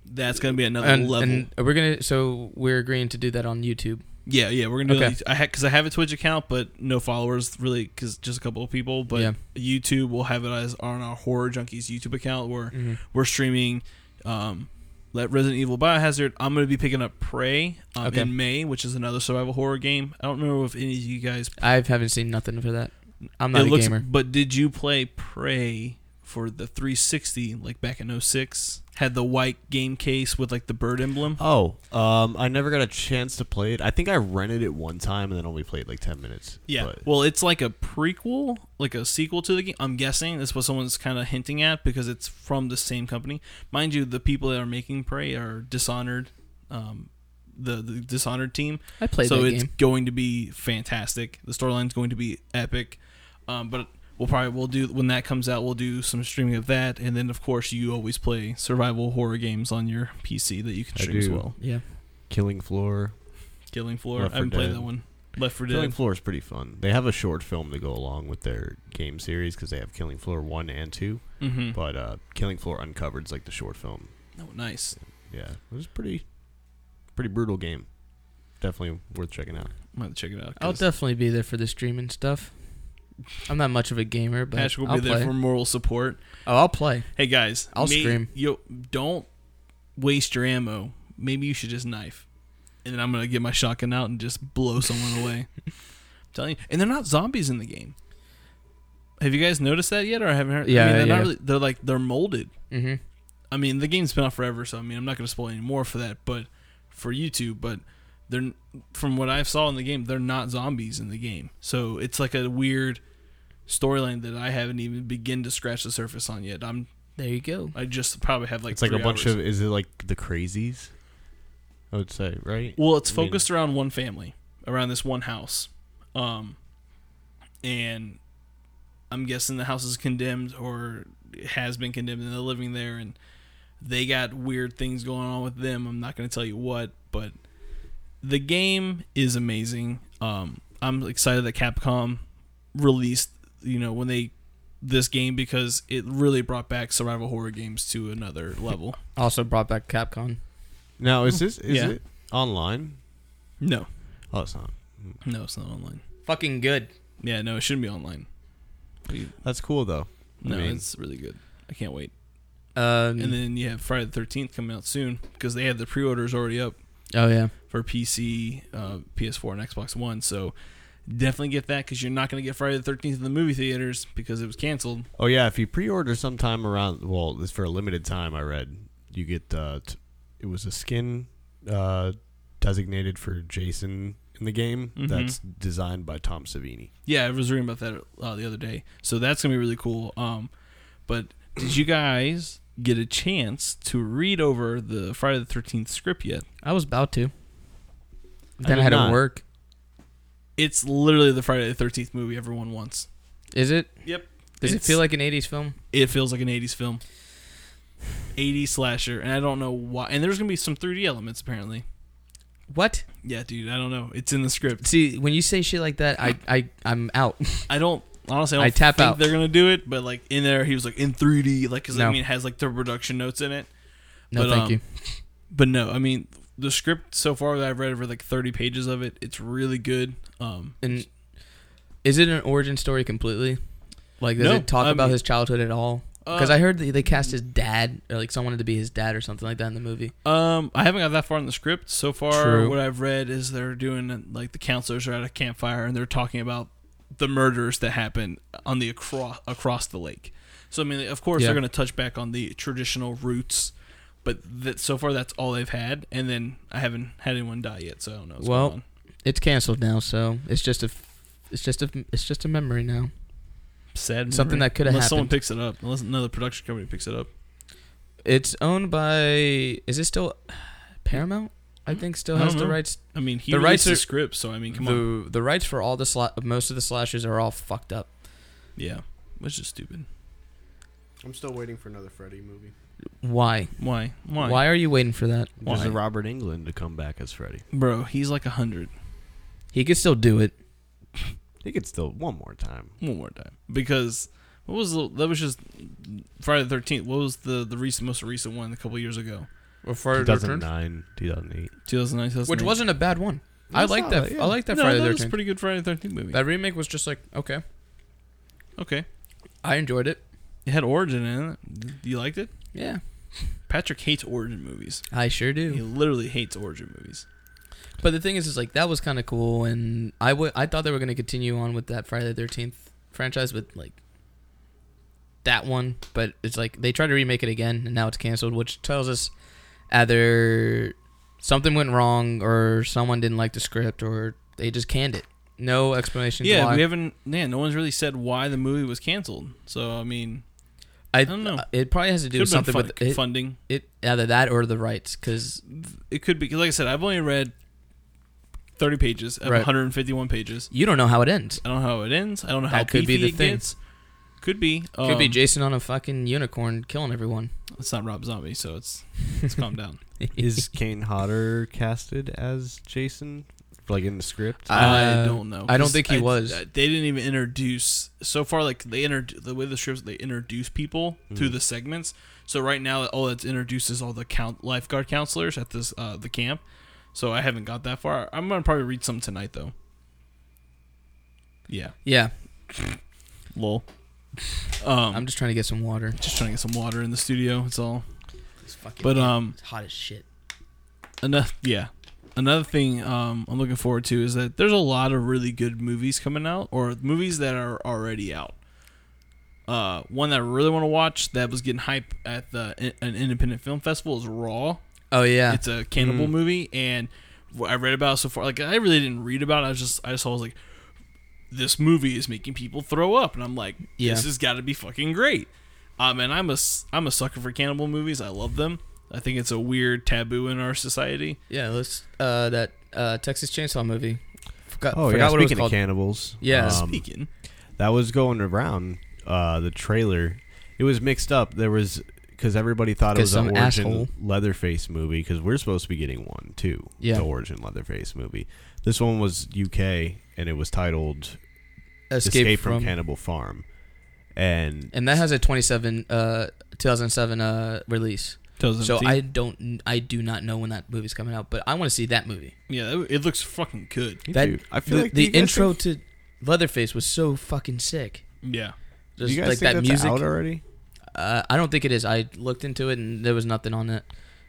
A: That's gonna be another
B: and,
A: level.
B: and we're gonna so we're agreeing to do that on YouTube.
A: yeah, yeah, we're gonna do.
B: Okay.
A: it. I had because I have a Twitch account, but no followers really, because just a couple of people. But
B: Yeah.
A: YouTube, we'll have it as on our Horror Junkies YouTube account where we're streaming um let Resident Evil Biohazard. I'm going to be picking up Prey um,
B: Okay.
A: in May, which is another survival horror game. I don't know if any of you guys
B: I haven't seen nothing for that. I'm not
A: it
B: a
A: looks,
B: gamer.
A: but did you play Prey for the 360 like back in 06? Had the white game case with like the bird emblem?
C: Oh, um, I never got a chance to play it. I think I rented it one time and then only played like ten minutes.
A: Yeah.
C: but-
A: Well, it's like a prequel, like a sequel to the game. I'm guessing that's what someone's kind of hinting at because it's from the same company. Mind you, the people that are making Prey are Dishonored, um, the, the Dishonored team.
B: I played
A: so
B: that
A: it's
B: game.
A: going to be fantastic. The storyline's going to be epic. Um, but we'll probably we'll do when that comes out. We'll do some streaming of that, and then of course you always play survival horror games on your PC that you can
C: I
A: stream as
C: do.
A: well.
B: Yeah,
C: Killing Floor.
A: Killing Floor. I
C: Left 4
A: haven't played
C: Dead.
A: that one. Left for
C: Killing
A: Dead.
C: Floor is pretty fun. They have a short film to go along with their game series because they have Killing Floor one and two.
A: Mm-hmm.
C: But uh, Killing Floor Uncovered's like the short film
A: Oh, nice.
C: Yeah, it was pretty, pretty brutal game. Definitely worth checking out.
A: I'm gonna check it out.
B: I'll
A: 'cause-
B: definitely be there for the streaming stuff. I'm not much of a gamer, but
A: Patrick will
B: I'll
A: be
B: play.
A: there for moral support.
B: oh, I'll play.
A: Hey guys,
B: I'll scream.
A: Yo, don't waste your ammo. Maybe you should just knife, and then I'm gonna get my shotgun out and just blow someone away. I'm telling you, and they're not zombies in the game. Have you guys noticed that yet, or I haven't heard? I
B: Yeah,
A: mean, they're
B: yeah.
A: not really. They're like they're molded.
B: Mm-hmm.
A: I mean, the game's been out forever, so I mean, I'm not going to spoil any more for that, but for YouTube, but they're from what I saw in the game, they're not zombies in the game. So it's like a weird storyline that I haven't even begin to scratch the surface on yet. I'm
B: There you go.
A: I just probably have like
C: it's like a
A: three
C: bunch
A: hours.
C: of. Is it like the crazies? I would say, right?
A: Well, it's
C: I mean-
A: focused around one family, around this one house, um, and I'm guessing the house is condemned or has been condemned, and they're living there, and they got weird things going on with them. I'm not going to tell you what, but the game is amazing. Um, I'm excited that Capcom released, you know, when they this game because it really brought back survival horror games to another level.
B: Also brought back Capcom.
C: Now is this is
A: Yeah.
C: it online?
A: No,
C: Oh, it's not.
A: no, it's not online.
B: Fucking good.
A: Yeah, no, it shouldn't be online.
C: That's cool though. I
A: No,
C: mean-
A: it's really good. I can't wait.
B: Um,
A: And then you have Friday the Thirteenth coming out soon because they have the pre-orders already up
B: oh yeah.
A: for PC, uh, PS4, and Xbox One. So definitely get that because you're not going to get Friday the Thirteenth in the movie theaters because it was canceled.
C: Oh yeah, if you pre-order sometime around, well, it's for a limited time. I read you get uh, t- it was a skin uh, designated for Jason in the game
B: Mm-hmm.
A: Mhm.
C: that's designed by Tom Savini.
A: Yeah, I was reading about that uh, the other day. So that's gonna be really cool. Um, but did you guys get a chance to read over the Friday the Thirteenth script yet?
B: I was about to. Then I,
C: did
B: had
C: not.
B: to work.
A: It's literally the Friday the Thirteenth movie everyone wants.
B: Is it?
A: Yep.
B: Does it
A: It's-
B: feel like an '80s film?
A: it feels like an 80s film 80s slasher and i don't know why and there's gonna be some 3d elements apparently
B: What?
A: yeah dude i don't know it's in the script
B: See, when you say shit like that, I I I'm out.
A: i don't honestly i, don't
B: I tap
A: think
B: out.
A: they're gonna do it but like in there he was like in 3d like because i
B: No.
A: mean it has like the production notes in it
B: No,
A: But,
B: thank
A: um,
B: you.
A: but no i mean the script so far that i've read over like 30 pages of it it's really good um
B: And is it an origin story completely? Like, does
A: No,
B: it talk
A: I
B: about
A: mean-
B: his childhood at all? Because
A: uh,
B: I heard that they cast his dad, or like someone to be his dad, or something like that in the movie.
A: Um, I haven't got that far in the script. So far,
B: True.
A: what I've read is they're doing like the counselors are at a campfire and they're talking about the murders that happened on the across across the lake. So I mean, of course,
B: Yeah.
A: they're going to touch back on the traditional roots, but that so far that's all they've had. And then I haven't had anyone die yet, so I don't know. What's
B: Well-
A: going on.
B: It's canceled now, so it's just a, f- it's just a, it's just a memory now.
A: sad
B: something
A: memory.
B: that could have
A: unless someone
B: happened.
A: picks it up, unless another production company picks it up.
B: It's owned by. Is it still Paramount? I think still
A: I
B: has
A: don't
B: the
A: know.
B: rights.
A: I mean, he
B: The
A: the
B: rights
A: writes the
B: are-
A: script, so I mean, come
B: the
A: on,
B: the rights for all the sla- most of the slashes are all fucked up.
A: yeah, which is stupid.
D: I'm still waiting for another Freddy movie.
B: Why?
A: Why? Why?
B: Why, are you waiting for that?
C: There's
A: Why?
C: a Robert England to come back as Freddy.
A: bro? He's like a hundred.
B: He could still do it.
C: He could still one more time.
A: one more time because what was the, that was just Friday the Thirteenth. What was the the recent most recent one a couple years ago?
B: Refer
C: 2009, 2008.
A: 2009,
B: which wasn't a bad one. I
C: That's
B: like
C: not
B: that.
C: bad, yeah.
B: I like that
A: no,
B: Friday
A: that
B: the
A: was a
B: Thirteenth.
A: pretty good Friday the Thirteenth movie.
B: That remake was just like okay.
A: okay,
B: I enjoyed it.
A: it had Origin in it. You liked it?
B: Yeah,
A: Patrick hates Origin movies.
B: I sure
A: He
B: do.
A: literally hates Origin movies.
B: But the thing is, is like that was kind of cool, and I would I thought they were gonna continue on with that Friday the Thirteenth franchise with like that one, but it's like they tried to remake it again, and now it's canceled, which tells us either something went wrong or someone didn't like the script or they just canned it. No explanation.
A: yeah,
B: why.
A: we haven't. Yeah, no one's really said why the movie was canceled. So I mean,
B: I, uh,
A: don't know.
B: It probably has to do
A: could
B: with
A: have been fun-
B: something with it,
A: funding.
B: it, either that or the rights, because
A: It could be like I said. I've only read 30 pages of
B: Right.
A: 151 pages.
B: you don't know how it ends.
A: I don't know how it ends. I don't know how
B: That could be
A: beefy
B: the
A: it
B: thing.
A: gets. Could be.
B: Could be
A: um,
B: Jason on a fucking unicorn killing everyone.
A: It's not Rob Zombie, so it's it's calm down.
C: Is Kane Hodder casted as Jason, like in the script?
A: I
B: Uh,
A: don't know.
B: I don't
A: 'cause
B: think he was.
A: uh, They didn't even introduce so far. Like they introduce the way the scripts they introduce people through
B: Mm-hmm.
C: Mm.
A: the segments. So right now, all that's introduced is all the count lifeguard counselors at this uh, the camp. So I haven't got that far. I'm gonna probably read some tonight though. Yeah,
B: Yeah,
A: lol. Um,
B: I'm
A: I'm
B: just trying to get some water.
A: just trying to get some water in the studio. It's all.
B: It's fucking
A: But um,
B: it's hot as shit.
A: another yeah another thing um, i'm looking forward to is that there's a lot of really good movies coming out or movies that are already out Uh, one that I really want to watch that was getting hype at the an independent film festival is Raw.
B: Oh yeah.
A: It's a cannibal
C: Mm.
A: movie, and what I read about it so far, like I really didn't read about. It. I was just I just was like, this movie is making people throw up, and I'm like,
B: Yeah.
A: this has got to be fucking great. Um, and I'm a s- I'm a sucker for cannibal movies. I love them. I think it's a weird taboo in our society.
B: yeah. Let's uh, that uh, Texas Chainsaw movie. Forgot,
C: Oh
B: forgot
C: yeah,
B: what it was
C: speaking of
B: called.
C: cannibals,
B: Yeah.
C: um,
A: Speaking,
C: that was going around uh, the trailer. It was mixed up. There was because everybody thought it
B: 'Cause
C: was an
B: some
C: origin
B: asshole-
C: Leatherface movie because we're supposed to be getting one too.
B: Yeah.
C: the origin Leatherface movie. This one was UK and it was titled
B: Escape,
C: Escape, from, Cannibal Farm, and
B: and that has a 27, uh, 2007 uh, release. So I don't, I do not know when that movie's coming out, but I want to see that movie.
A: yeah, it- it looks fucking good.
C: Me
B: that-
C: too. I feel
B: The,
C: like
B: the
C: do you guys
B: intro
C: think-
B: to Leatherface was so fucking sick.
A: Yeah,
C: do
B: Just
C: you guys
B: like
C: think
B: that
C: that's
B: music.
C: out already?
B: Uh, I don't think it is. I looked into it and there was nothing on it.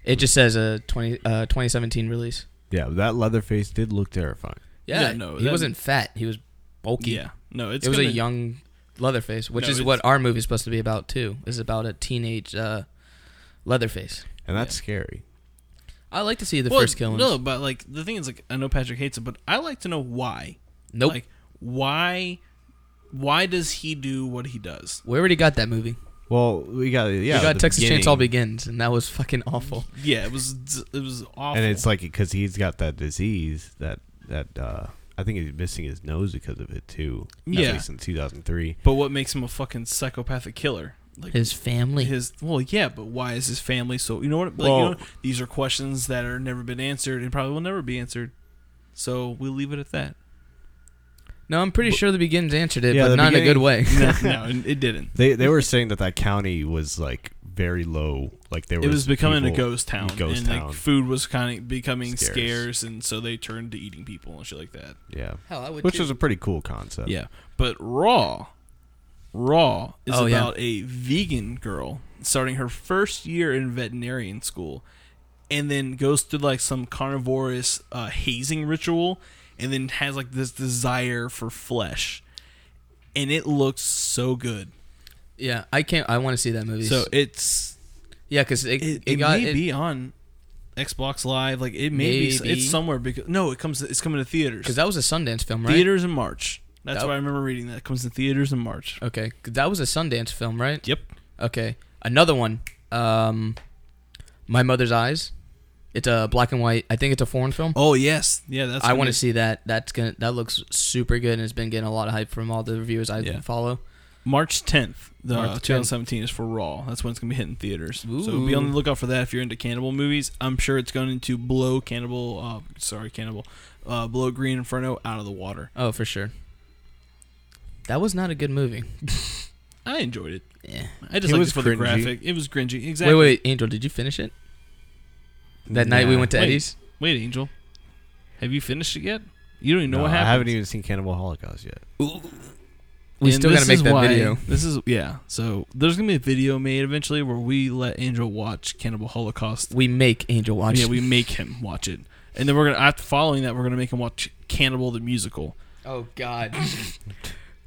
B: It just says a 20, uh, 2017 release.
C: Yeah, that Leatherface did look terrifying.
B: Yeah,
A: Yeah, no,
B: he
A: that-
B: wasn't fat. He was bulky.
A: yeah. No, it's
B: it was
A: gonna,
B: a young Leatherface, which
A: No,
B: is
A: it's-
B: what our movie's supposed to be about too. Is about a teenage uh, Leatherface.
C: And that's
A: Yeah.
C: scary.
B: I like to see the
A: Well,
B: first killings.
A: No, but like the thing is, like I know Patrick hates it, but I like to know why.
B: nope.
A: Like why why does he do what he does?
B: we already got that movie.
C: Well, we got yeah.
B: we got
C: the
B: Texas
C: beginning.
B: Chainsaw Begins, and that was fucking awful.
A: Yeah, it was it was awful.
C: and it's like because he's got that disease that that uh, I think he's missing his nose because of it too. at
A: Yeah.
C: least since 2003.
A: but what makes him a fucking psychopathic killer? Like
B: His family.
A: his- well, yeah, but why is his family so? You know what? Like, you
C: Well-
A: know, these are questions that are never been answered and probably will never be answered. So we'll leave it at that.
B: no, I'm pretty sure the Begins answered it,
C: Yeah,
B: but
C: the
B: not in a good
C: beginning-
B: way.
A: No, no it didn't.
C: They they were saying that that county was like very low, like there
A: It was becoming a
C: people-
A: ghost town,
C: ghost
A: and
C: town.
A: like food was kind of becoming
C: Scarce.
A: scarce, and so they turned to eating people and shit like that.
C: Yeah,
B: Hell, I would
C: which
B: too.
C: was a pretty cool concept.
A: Yeah, but Raw, Raw is
B: Oh, yeah.
A: about a vegan girl starting her first year in veterinarian school, and then goes through like some carnivorous uh, hazing ritual, and then has like this desire for flesh, and it looks so good.
B: yeah. I can't. I want to see that movie.
A: So it's
B: yeah, because it,
A: it,
B: it,
A: it
B: got
A: may
B: it-
A: be on Xbox Live, like it may be
B: Maybe.
A: it's somewhere because no, it comes it's coming to
B: Because
A: theaters,
B: that was a Sundance film, right?
A: theaters in March. That's
B: That-
A: what I remember reading. That it comes to theaters in March.
B: Okay, 'cause that was a Sundance film, right?
A: Yep.
B: Okay, another one. Um, My Mother's Eyes. It's a black and white. I think it's a foreign film.
A: Oh yes, yeah. That's
B: I
A: gonna
B: want to
A: be-
B: see that. That's gonna. That looks super good, and it's been getting a lot of hype from all the reviewers I
A: Yeah.
B: follow.
A: March 10th, the
B: March 10th.
A: 2017 is for Raw. That's when it's going to be hitting theaters. So be
B: Ooh.
A: on the lookout for that if you're into cannibal movies. I'm sure it's going to blow Cannibal, uh, sorry, Cannibal, uh, blow Green Inferno out of the water.
B: Oh, for sure. That was not a good movie.
A: I enjoyed it.
B: Yeah.
A: I just
C: It
A: liked
C: was
A: it for the
C: cringy.
A: graphic. It was cringy. Exactly.
B: Wait, wait, Angel, did you finish it that night we
C: Nah.
B: went to
A: Wait.
B: Eddie's?
A: Wait, Angel. Have you finished it yet? You don't even know
C: No,
A: what happened.
C: I haven't even seen Cannibal Holocaust yet.
B: We still gotta make that video.
A: This is yeah. So there's gonna be a video made eventually where we let Angel watch Cannibal Holocaust
B: We make Angel watch.
A: Yeah, we make him watch it, and then we're gonna after following that, we're gonna make him watch Cannibal the musical.
B: oh God.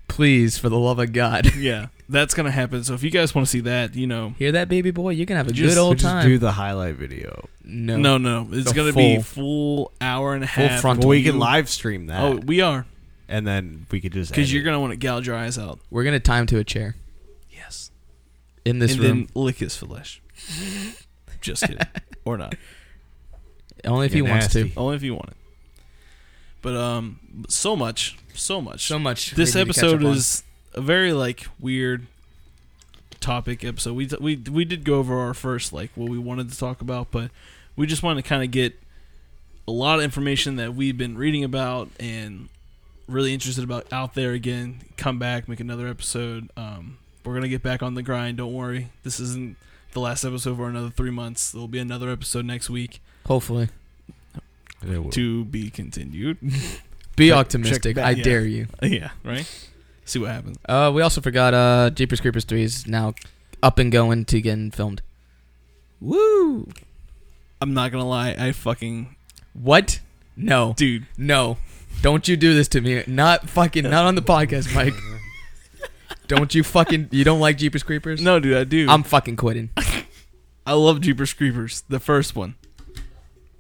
B: Please, for the love of God,
A: Yeah, that's gonna happen. So if you guys want to see that, you know,
B: hear that, baby boy? You're gonna have a
A: Just-
B: good
C: We'll
B: old
C: just
B: time.
C: do the highlight video.
B: no,
A: no, no, it's
B: The
A: gonna be
B: full-
A: full hour and a half.
B: frontal.
C: Well, we can
A: You-
C: live stream that,
A: Oh, we are
C: and then we could just
A: because
C: edit.
A: you're gonna want to gouge your eyes out.
B: We're gonna time to a chair
A: Yes,
B: in this
A: and
B: room.
A: then lick his flesh. Just kidding, or not.
B: Only if he
C: You're
B: wants to.
C: nasty.
A: Only if you want it. But um, so much, so much.
B: So much.
A: this
B: we need to catch up
A: episode
B: on.
A: is a very like weird topic episode. We we we did go over our first like what we wanted to talk about, but we just wanted to kind of get a lot of information that we've been reading about and really interested about out there again. Come back, make another episode. Um, we're gonna get back on the grind. Don't worry, this isn't the last episode for another three months. There'll be another episode next week
B: hopefully
C: There will.
A: to be continued.
B: be
C: Check-
B: optimistic.
C: check back,
B: I
A: yeah.
B: dare you.
A: yeah, right. See what happens.
B: Uh, we also forgot. Uh, Jeepers Creepers three is now up and going to getting filmed. Woo!
A: I'm not gonna lie. I fucking
B: What? No,
A: dude.
B: no! Don't you do this to me? Not fucking. Not on the podcast, Mike. Don't you fucking you don't like Jeepers Creepers?
A: No, dude, I do.
B: I'm fucking quitting.
A: I love Jeepers Creepers, the first one.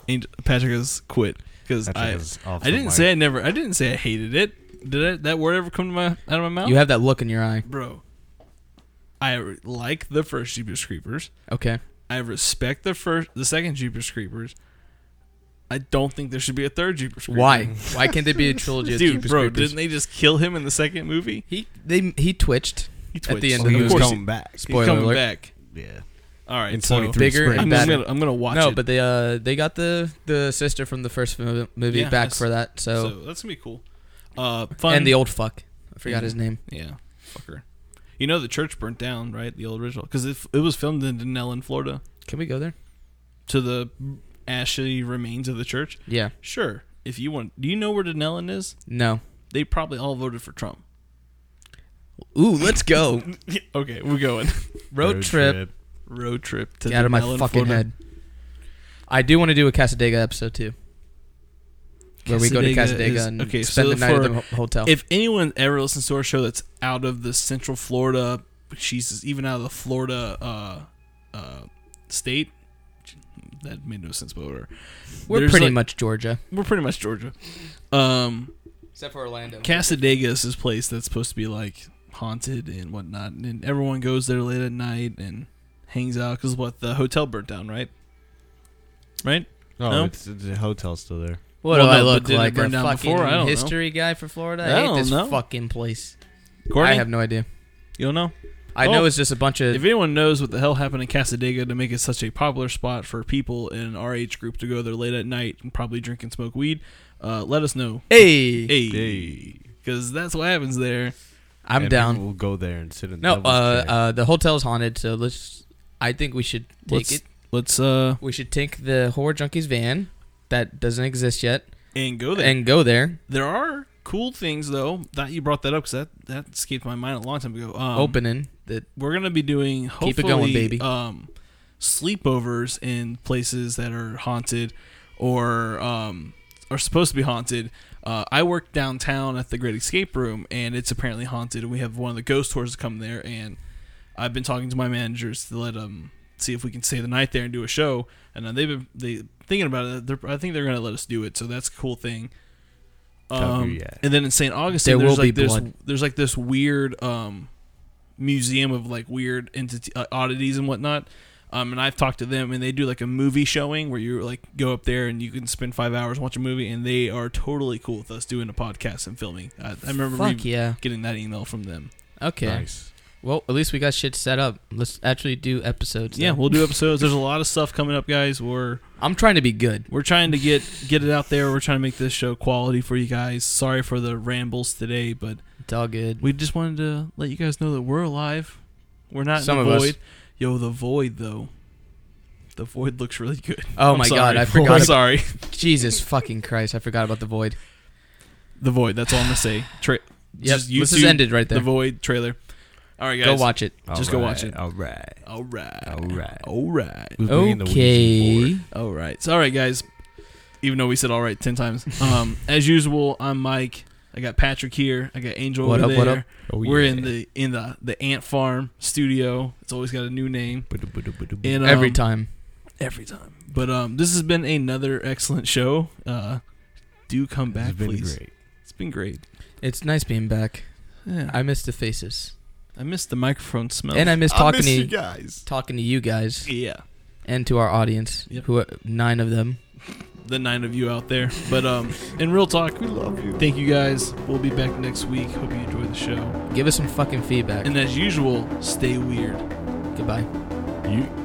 A: And Patrick has quit because
C: Patrick
A: I
C: is off
A: I
C: the
A: didn't
C: mic.
A: say I never I didn't say I hated it. Did I, that word ever come to my out of my mouth?
B: You have that look in your eye.
A: Bro, I re- like the first Jeepers Creepers.
B: Okay.
A: I respect the first the second Jeepers Creepers. I don't think there should be a third Jeepers Creepers.
B: Why? Why can't there be a trilogy of
A: Dude,
B: Jeepers
A: bro,
B: Creepers?
A: didn't they just kill him in the second movie?
B: he they he twitched.
A: He
B: At the
A: twitched.
B: end
C: Oh,
B: of
C: he
B: the
C: was
A: course
B: movie.
C: coming back.
A: He's
B: Spoiler
A: coming
B: alert.
A: back.
C: Yeah.
A: All right,
C: In
A: so
C: 23
B: Bigger
C: Spring.
B: and
A: I'm,
B: better.
A: just gonna, I'm gonna watch
B: no,
A: it.
B: but they uh they got the the sister from the first mo- movie
A: Yeah,
B: back
A: that's-
B: for that.
A: so.
B: So,
A: that's gonna be cool. Uh, fun Mm-hmm.
B: and the old fuck, I forgot
A: Yeah.
B: his name.
A: Yeah, fucker. You know the church burnt down, right? The old original, because it, it was filmed in Denellen, Florida,
B: Can we go there?
A: to the ashy remains of the church.
B: Yeah.
A: Sure, if you want, do you know where Denellen is?
B: No.
A: They probably all voted for Trump.
B: Ooh, let's go
A: okay, we're going
B: road, trip.
A: road trip to
B: Get out of my
A: Denellen,
B: fucking
A: Florida.
B: head. I do want to do a Casadega episode too, where we go to
A: Casadega
B: Casadega
A: is-
B: and
A: okay,
B: spend
A: so
B: the night at
A: for-
B: the ho- hotel.
A: If anyone ever listens to our show that's out of the Central Florida, Jesus, even out of the Florida uh, uh, state, that made no sense, but whatever.
B: We're
A: there's
B: pretty
A: like-
B: much Georgia,
A: We're pretty much Georgia. Um,
B: except for Orlando.
A: Casadega is this place that's supposed to be like haunted and whatnot, and everyone goes there late at night and hangs out because what the hotel burnt down, right? Right?
C: Oh,
A: No?
C: it's, it's- the hotel's still there.
B: What
A: Well,
B: do I
A: no, but
B: look
A: did it
B: like? A
A: burn down
B: fucking
A: before? I don't know.
B: history guy for Florida?
A: I
B: I, hate
A: don't
B: this
A: know.
B: fucking place.
A: Courtney,
B: I have no idea.
A: you don't know.
B: I
A: Well,
B: know it's just a bunch
A: If
B: of
A: anyone knows what the hell happened in Casadega to make it such a popular spot for people in our age group to go there late at night and probably drink and smoke weed, uh, let us know.
B: hey.
A: Hey, because that's what happens there.
B: I'm
C: And
B: down.
C: We'll go there and sit in
B: No,
C: the
B: uh,
C: devil's chair.
B: uh, the hotel's haunted, so let's. I think we should take
A: Let's-
B: it.
A: Let's uh
B: We should take the horror junkies van that doesn't exist yet
A: and go there.
B: and go there.
A: There are cool things though that you brought that up because that that escaped my mind a long time ago. Um,
B: opening the
A: We're gonna be doing hopefully
B: Keep it going, baby.
A: Um, sleepovers in places that are haunted or um, are supposed to be haunted. Uh, I work downtown at the Great Escape Room, and it's apparently haunted. And we have one of the ghost tours to come there, and I've been talking to my managers to let them see if we can stay the night there and do a show. And uh, they've been they thinking about it. They're, I think they're gonna let us do it, so that's a cool thing.
C: Cover,
A: Um,
C: yeah.
A: And then in St. Augustine,
B: There
A: there's
B: will
A: like
B: be
A: this
B: blood.
A: there's like this weird um, museum of like weird entity uh, oddities and whatnot. Um, and I've talked to them, and they do like a movie showing where you like go up there and you can spend five hours watch a movie, and they are totally cool with us doing a podcast and filming. I, I remember
B: fuck
A: re-
B: yeah.
A: getting that email from them.
B: Okay.
C: Nice.
B: Well, at least we got shit set up. Let's actually do episodes.
A: Yeah,
B: then.
A: we'll do episodes. There's a lot of stuff coming up, guys. We're
B: I'm trying to be good.
A: we're trying to get get it out there. We're trying to make this show quality for you guys. Sorry for the rambles today, but
B: It's all good.
A: We just wanted to let you guys know that we're alive. We're not
B: Some
A: in
B: of
A: the
B: us.
A: void. Yo, the void though. The void looks really good.
B: Oh
A: I'm
B: my
A: sorry.
B: god, I
A: I'm
B: forgot. ab-
A: sorry.
B: Jesus fucking Christ, I forgot about the void.
A: The void. That's all I'm gonna say. Tra-
B: Yep,
A: just
B: this is
A: YouTube,
B: ended right
A: The
B: there.
A: void trailer. All right, guys.
B: Go watch it.
A: Just go watch it.
C: All right.
A: All right.
C: All right.
A: All right.
C: We'll bring in the Ouija
B: Oh. Okay.
C: board.
A: All right. So, all right, guys. Even though we said all right ten times, um, as usual, I'm Mike. I got Patrick here. I got Angel
B: What
A: over
B: up,
A: there.
B: what up?
C: Oh,
A: We're
C: yeah.
A: in the in the the Ant Farm studio. It's always got a new name.
C: Ba-da-ba-da-ba-da-ba.
A: And, um,
B: Every time.
A: every time. But um, this has been another excellent show. Uh, do come
C: This has
A: back,
C: been
A: please.
C: great.
A: It's been great.
B: It's nice being back.
A: Yeah, I,
B: I miss the faces.
A: missed the microphone smell.
B: And I miss
C: I
B: talking
C: miss you
B: to
C: guys.
B: talking to you guys
A: yeah,
B: and to our audience,
A: Yep.
B: who are, nine of them.
A: the nine of you out there. But um, in real talk,
C: We love you.
A: thank you guys. We'll be back next week. Hope you enjoy the show.
B: Give us some fucking feedback.
A: And as usual, stay weird.
B: Goodbye.
C: You